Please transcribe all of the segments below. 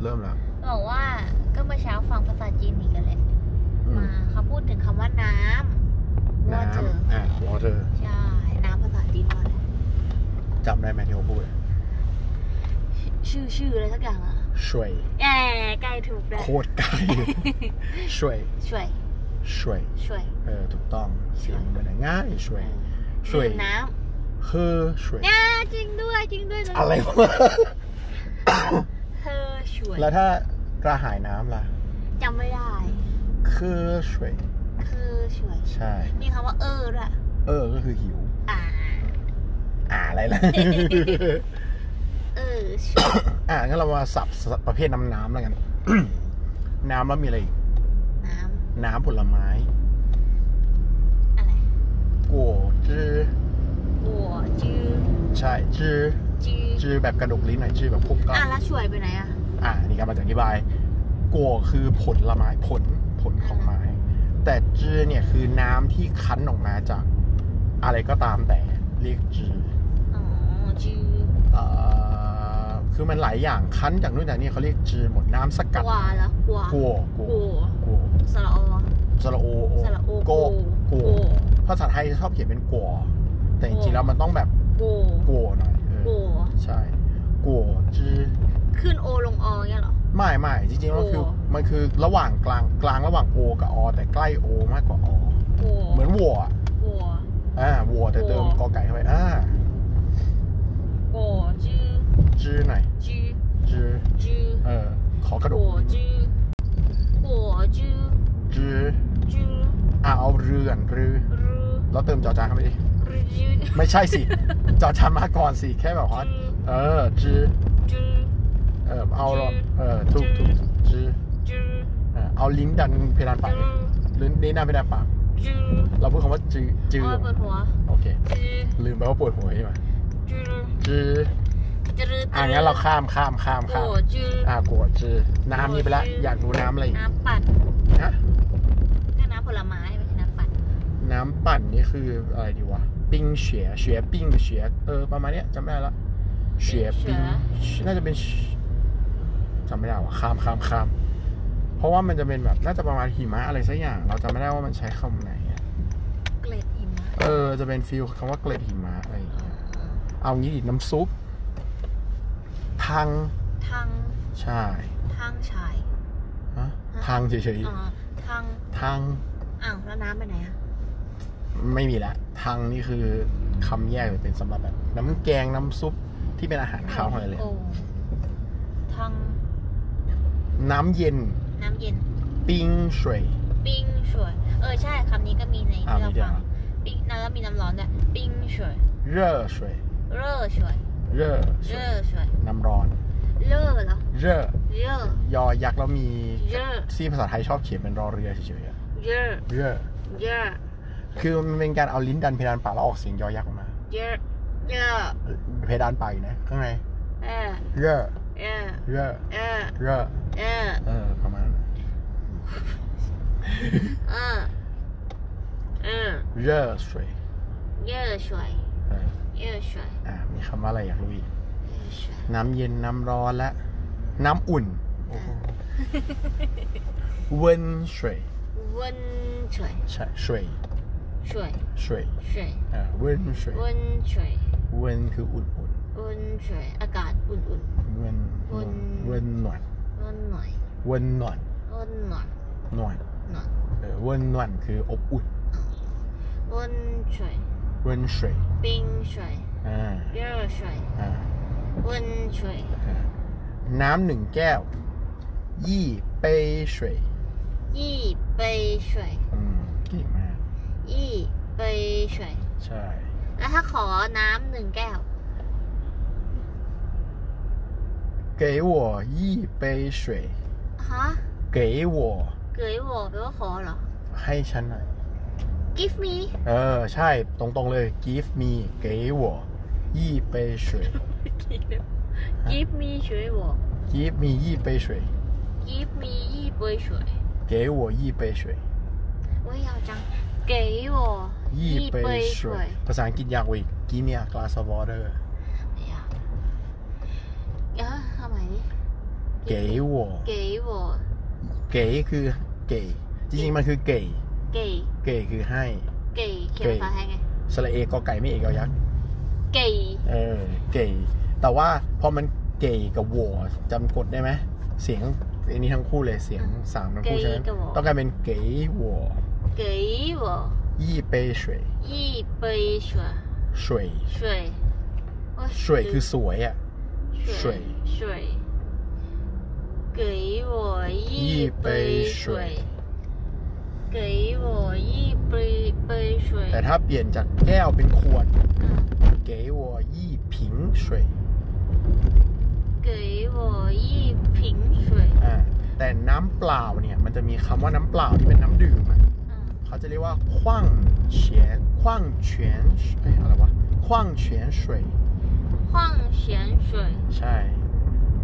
เริ่มแล้ว บอกว่าก็เมื่อเช้าฟังภาษาจีนอีกกันแหละ อืม มาเขาพูดถึงคำว่าน้ำ น้ ว่าเจอ ำอ่ะวอเตอร์ ใช่ น้ำภาษาจีนว่าอะไร จำได้ไหมที่เขาพูด ชื่อชื่ออะไรสักอย่างอ่ะ ช่วย แหมใกล้ถูกแล้ว โคตร ไกลช่วย ช่วย ช่วย ช่วย เออถูกต้องเสียงมันง่ายช่วย ช่วย ดื่มน้ เฮ้อช่วย ำอ่าจริงด้วยจริงด้วย อะไรวะ เธอช่วย แล้วถ้ากระหายน้ำล่ะ จำไม่ได้ คือช่วย คือช่วย ใช่ มีคำว่าเออด้วย เออก็คือหิว อ่า อ่าอะไร ล่ะ เออช่วย อ่างั้นเรามาสับประเภทน้ำน้ำๆแล้วกัน น้ำแล้วมีอะไรอีก น้ น้ำผลไม้ ำอะไร กัวจื้อ บัวจือ ใช่จื้อ จือ จื้อแบบกระดกลิ้นหน่อยจื้อแบบคุกก้อน อ่ะแล้วช่วยไปไหนอ่ะ อ่านี่ก็มาจะอธิบายกัวคือผลไม้ผลผลของไม้ แต่จื้อเนี่ยคือน้ำที่คั้นออกมาจาก อะไรก็ตามแต่เรียกจื้อ อ๋อจือ เอ่อคือมันหลายอย่างคั้นจากนู่นจากนี่เขาเรียกจื้อหมดน้ำส ก กัด วาเหรอกวา กัว โก กัวกัว สระออ สระโอโอ สระโอ โก โก กัว ภาษาไทยชอบเขียนเป็นกัวแต่จริงๆแล้วมันต้องแบบ โก กัวหน่อยเอ โก อใช่กัวจื้อ ขึ้นโอลงอเงี้ยเหรอ ไม่ไม่จริงๆมันคือ กัว มันคือระหว่างกลางกลางระหว่างโอกับอแต่ใกล้โอมากกว่าอ โก เหมือนวัวอะ โก อ่าวัวแต่เติมกอไก่เข้าไปอ่า โกจือ จื้อหน่อย จือ จื้อ จือ เออขอกระ โก ดูก จือโกจือ จื้อ จือ อ่าเอาเรือนรือ รือ แล้วเติมจอจานเข้าไปดิ รือจือ ไม่ใช่สิ จอจานมาก่อนสิแค่แบบว่า จือ เออจื้อ จือ เออเอาหรอ จื้อ เออทุกทุกจื้อ จือ อ่ะเอาลิ้นดันเพดานปาก จื เลย อ ลิ้นนี่ดันเพดานปาก จือ เราพูดคำว่าจือจือ โอ้ยปวดหัว โอเค จือ ลืมไปว่าปวดหัวใช่ไหม จือ จือ จือ อ่ะงั้นเราข้ามข้ามข้าม โก ข้าม จือ อ่ะกวดจือน้ำนี่ไปละ จื้อ อ อ ยากรู้น้ำอะไรอีก น้ำปั่น ฮะ ก็น้ำผลไม้ไม่ใช่น้ำปั่น น้ำปั่นนี่คืออะไรดีวะปิ้งเฉียเฉียปิ้งเฉียเออประมาณเนี้ยจำไม่ได้ละเฉียปิ้งน่าจะเป็นจำไม่ได้ว่ะข้ามข้ามข้ามเพราะว่ามันจะเป็นแบบน่าจะประมาณหิมะอะไรสักอย่าง เราจำไม่ได้ว่ามันใช้คำไหนอ่ะ เกล็ดหิมะ เออจะเป็นฟิลคำว่าเกล็ดหิมะอะไรอย่างเงี้ย เอางี้ดิน้ำซุป ทาง ทาง ใช่ ทางชาย ฮะทางเฉย อ๋อ ทาง ๆ ทาง อ้าว แล้วน้ำไปไหนอะ ไม่มีละทางนี่คือคำแยกเลยเป็นสำหรับแบบ น้ำแกงน้ำซุปที่เป็นอาหารคาวของอะไรเลย โอ้ทาง น้ำเย็น น้ำเย็น ปิ้งเฉย ปิ้งชวย เออ ใช่คำนี้ก็มีใน อ่า ที่เรา มีด้วย ฟัง เหรอ ปิ้งน้ำแล้วมีน้ำร้อนด้วยปิ้งชวย เร่อเฉย เร่อชวย เร่อเฉย เร่อชวย น้ำร้อน เร่อเหรอ เร่อ เร่ยออยักษ์แล้วมี เร่อ ที่ภาษาไทยชอบเขียนเป็นรอเรือเฉยๆอะ เย่อ เร่อ เย่อ คือมันเป็นการเอาลิ้นดันเพดานปากแล้วออกเสียงยอยักษ์ออกมา เย่อเย่อ เพดานปากอยู่นะข้างใน เออ เร่อ เออ เร่อ เออ เร่อ เออ เออประมาณนั้น เออเออ เร่อสวย เย่อชวย เออ เย่อชวย อ่ามีคำว่าอะไรอยากรู้อีก เย่อชวย น้ำเย็นน้ำร้อนและ น้ำอุ่น อ่า เวนสวย 温水 ใช่สวย 水 สวย 水 อ่าเวนสวย 温水 เวนคืออุ่นอุ่น 温水อากาศอุ่นอุ่น เวน อุ่น เวนหนวด ร้อนหน่อย เวนหนวด ร้อนหน่อย หนวด หน่อย เออเวนหนวดคืออบอุ่น 温水 เวนสวย 冰水 อ่า 热水 อ่า 温水 อ่าน้ำหนึ่งแก้ว ยี่เป้สวย 一杯水 อืมเก่งมาก 一杯水 ใช่ แล้วถ้าขอน้ำหนึ่งแก้ว 给我一杯水， ฮะ 给我 เกยหัวแปลว่าขอเหรอ ให้ฉันหน่อย give me เออ ใช่ตรงๆเลย give me 给我一杯水 give me 水我 give me 一杯水 give me 一杯水给我一杯水 เว้ยยาวจังเกยหัว 一杯水ภาษาอังกฤษยากกว่าอีก give me a glass of water เดี๋ยวเออทำไมดิ เก๋วอ 给我 เก๋คือเก๋จริงๆมันคือเก๋ 给 เก๋คือให้ 给เขียนภาษาไทยไง สระเอกอไก่ไม่เอกเอายักษ์ 给 เออ เก๋ แต่ว่าพอมันเก๋กับวอจำกดได้ไหม เสียงอันนี้ทั้งคู่เลย เสียงสามทั้งคู่ใช่ไหมต้องกลารเป็นเก๋วอ 给我 ยี่เปยสวย 一杯水 สวย 水我 สวยคือสวยอ่ะ 水水给我一杯水给我一杯杯水 แต่ถ้าเปลี่ยนจากแก้วเป็นขวด 嗯 เก๋วอยี่ผิงสวย 给我一瓶水 อ่าแต่น้ำเปล่าเนี่ย มันจะมีคำว่าน้ำเปล่าที่เป็นน้ำดื่มอะ 嗯 เขาจะเรียกว่าขว้างเฉียนขว้างเฉียนเอ้ยอะไรวะขว้างเฉียนสวย 矿泉水 ใช่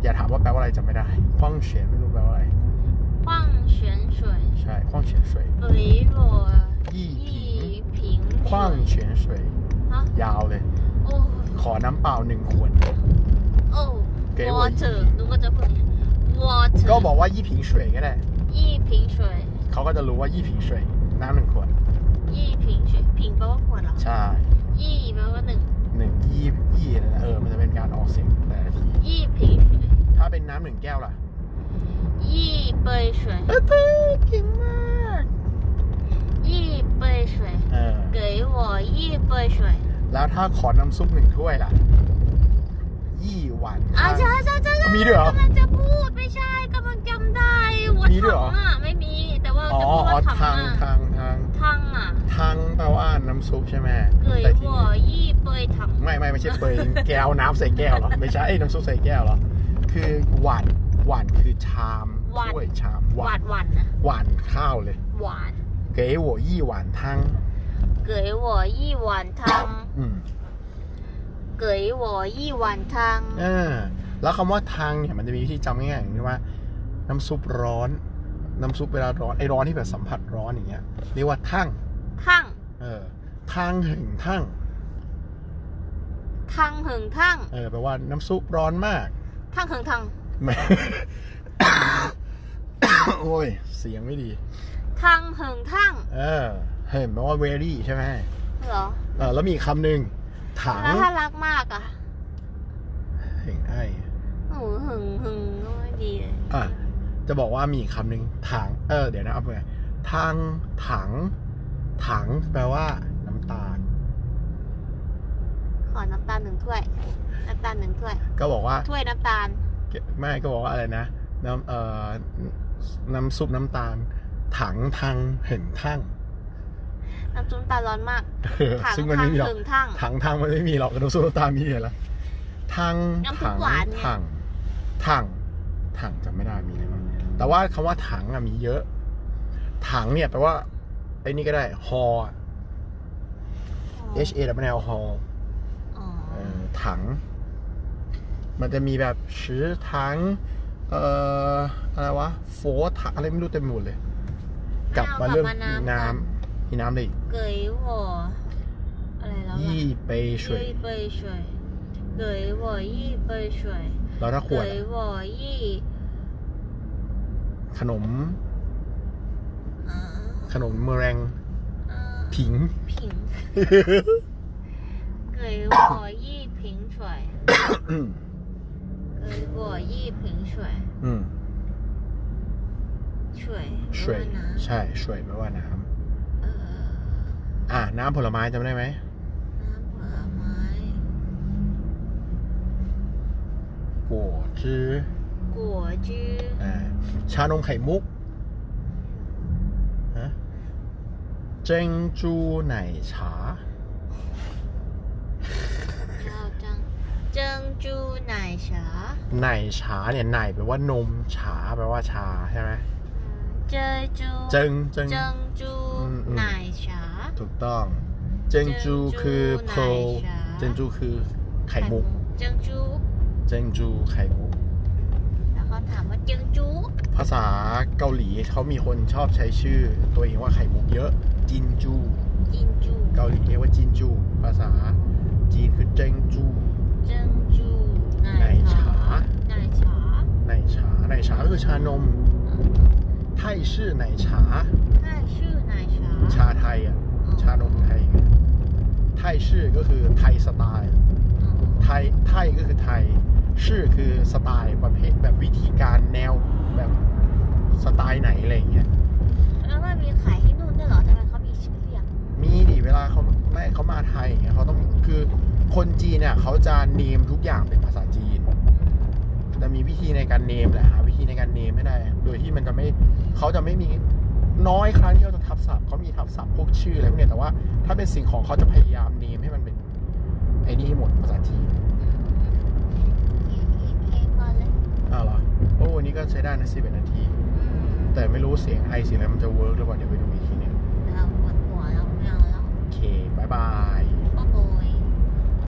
อย่าถามว่าแปลว่าอะไรจำไม่ได้ขว้างเฉียนไม่รู้แปลว่าอะไร 矿泉水 ใช่ขว้างเฉียนสวย 给我 ยี่ผิง 一瓶 ขว้าง 水 เฉียนสวย 啊 ยาวเลย 哦 ขอน้ำเปล่าหนึ่งขวด 哦给我一，water，瓶如果在过年，water， ก็บอกว่ายี่ผิงสวยก็ได้ 一瓶水， เขาก็จะรู้ว่ายี่ผิงสวยน้ำหนึ่งขวด 一瓶水，瓶包括了， ใช่ 一包括冷， หนึ่งยี่ยี่นะเออ มันจะเป็นการออกเสียงแต่ละที 一瓶水， ถ้าเป็นน้ำหนึ่งแก้วล่ะ 一杯水， เอ้ยเต้เก่งมาก 一杯水， เออ 给我一杯水。 แล้วถ้าขอน้ำซุปหนึ่งถ้วยล่ะ ยี่หวาน 啊， ทา ใช่ น ใช่ใช่ มีด้วยเหรอก ำลังจะพูดไม่ใช่กำลังจำได้หัว มีด้วยเหรอ ถังอ่ะไม่มีแต่ว่า อ๋อ จะพูด อ๋อ ว่าถัง ทาง อ่ะ ทางทาง ถังอ่ะ ทางแปลว่าน้ำซุปใช่ไหม เกย แต่ หั ที่ วยี่เปยถัง ไม่ไม่ไม่ใช่เปย แก้วน้ำใส่แก้วเหรอ ไม่ใช่เอ้ยน้ำซุปใส่แก้วเหรอ คือหวานหวานคือชามถ้วยชามหวาวหาน นหวานนะ หวานข้าวเลย หวาน เก๋หัวยี่หวานทาง เกยหัวยี่หวานถัง อืม 给我一碗汤。 เออแล้วคำว่าทางเนี่ยมันจะมีวิธีจำง่ายๆอย่างที่ว่า น้ำซุปร้อน น้ำซุปเวลาร้อนไอ้ร้อนที่แบบสัมผัสร้อนอย่างเงี้ยเรียกว่าทั้ง 汤 เออทางหึงทั้ง 汤很烫， เออแปลว่าน้ำซุปร้อนมาก 汤很烫， แหม โอ้ย เสียงไม่ดี 汤很烫。 เออเห็นแปลว่า very ใช่ไหม เหรอ เออแล้วมีอีกคำหนึ่งถัง แล้วถ้ารักมากอ่ะ เห็นไอ้ โอ้โหหึงหึงก็ไม่ดีเลย อ่ะ จะบอกว่ามีอีกคำหนึ่งถัง เออ เดี๋ยวนะเอาไปทางถัง ถังแปลว่า น้ำตาล ขอน้ำตาลหนึ่งถ้วย น้ำตาลหนึ่งถ้วย ก็บอกว่า ถ้วยน้ำตาล ไม่ก็บอกว่าอะไรนะ น้ำเอ่อน้ำซุปน้ำตาล ถังทางเห็นทั้ง น้ำจุ้มตาลร้อนมาก เออ ถัง ซึ่งมัน ทั ไม่ ง มีหรอก หึงทั้ง ถังทางมันไม่มีหรอกกระดูกโซโลตามีเหรอทาง น้ำซุ ถั ป ง หวานไง ถังถังถังจำไม่ได้มีอะไรบ้างแต่ว่าคำว่าถังอะมีเยอะ ถังเนี่ยแปลว่าไอ้นี่ก็ได้ฮอ H A W L ฮอ อ๋อ เออถัง มันจะมีแบบชื้อถังเอ่ออะไรวะโฟถังอะไรไม่รู้เต็มไปหมดเลย กลับมาเรื่อง ให้กลับ น้ ก่อ ำมีน้ำเลย เกยหัวอะไรแล้วล่ะ ยี่เปเฉวย 一杯水，给我一杯水， แล้วถ้าขวด 给 อะ 我一 ขนม 嗯。 ขนมเมอแรง 嗯 ผิง 瓶，给我一瓶水，给我一瓶水， อืม 水， สวย 我拿， ใช่สวยแปลว่าน้ำ 呃， อ่ะน้ำผลไม้จำได้ไหม 拿ผลไม้ โกจื้อ 果汁， อ่าชานมไข่มุกฮะเจงจูไหนชา 然后珍珍珠奶茶， ไหนชาเนี่ยไหนแปลว่านมชาแปลว่าชาใช่ไหม 珍珠， เจงเจง 珍珠嗯嗯奶茶， ถูกต้อง เจงจูคือโคล ไหนชา เจงจูคือไข่มุก 珍珠， เจงจูไข่มุก 然后ถามว่า珍珠， ภาษาเกาหลีเขามีคนชอบใช้ชื่อ ตัวเองว่าไข่มุกเยอะ จินจู 珍珠， เกาหลีเรียกว่าจินจู ภาษาจีนคือเจงจู 珍珠 ใน 奶 ฉา 茶，奶茶， ใน 奶茶奶茶ก็คือชานมไทยชื่อไหนชา ไท่ชื่อไหนายชา ชาไทยอ่ะชานมไทยไงไทยชื่อก็คือไทยสไตล์ ไทยไทยก็คือไทย ชื่อคือสไตล์ประเภทแบบวิธีการแนวแบบสไตล์ไหนอะไรอย่างเงี้ย แล้วมันมีขายที่นู่นด้วยเหรอทำไมเขามีชื่อเรียก มีดิเวลาเขาไม่เขามาไทยอย่างเงี้ยเขาต้องคือคนจีนเนี่ยเขาจะเนมทุกอย่างเป็นภาษาจีน จะมีวิธีในการเนมแหละหาวิธีในการเนมไม่ได้ โดยที่มันจะไม่เขาจะไม่มีน้อยครั้งที่เขาจะทับศัพท์เขามีทับศัพท์พวกชื่ออะไรพวกเนี้ยแต่ว่าถ้าเป็นสิ่งของเขาจะพยายามเนมให้มันเป็นไอ้นี่ให้หมดภาษาจีน เค้กเค้กเค้กก่อนเลย อ้าวเหรอโอ้วันนี้ก็ใช้ได้นะสิบเอ็ดนาที แต่ไม่รู้เสียงไอเสียงอะไรมันจะเวิร์กหรือเปล่าเดี๋ยวไปดูอีกทีหนึง เราปวดหัวเราไม่เอาแล้ว โอเคบายบาย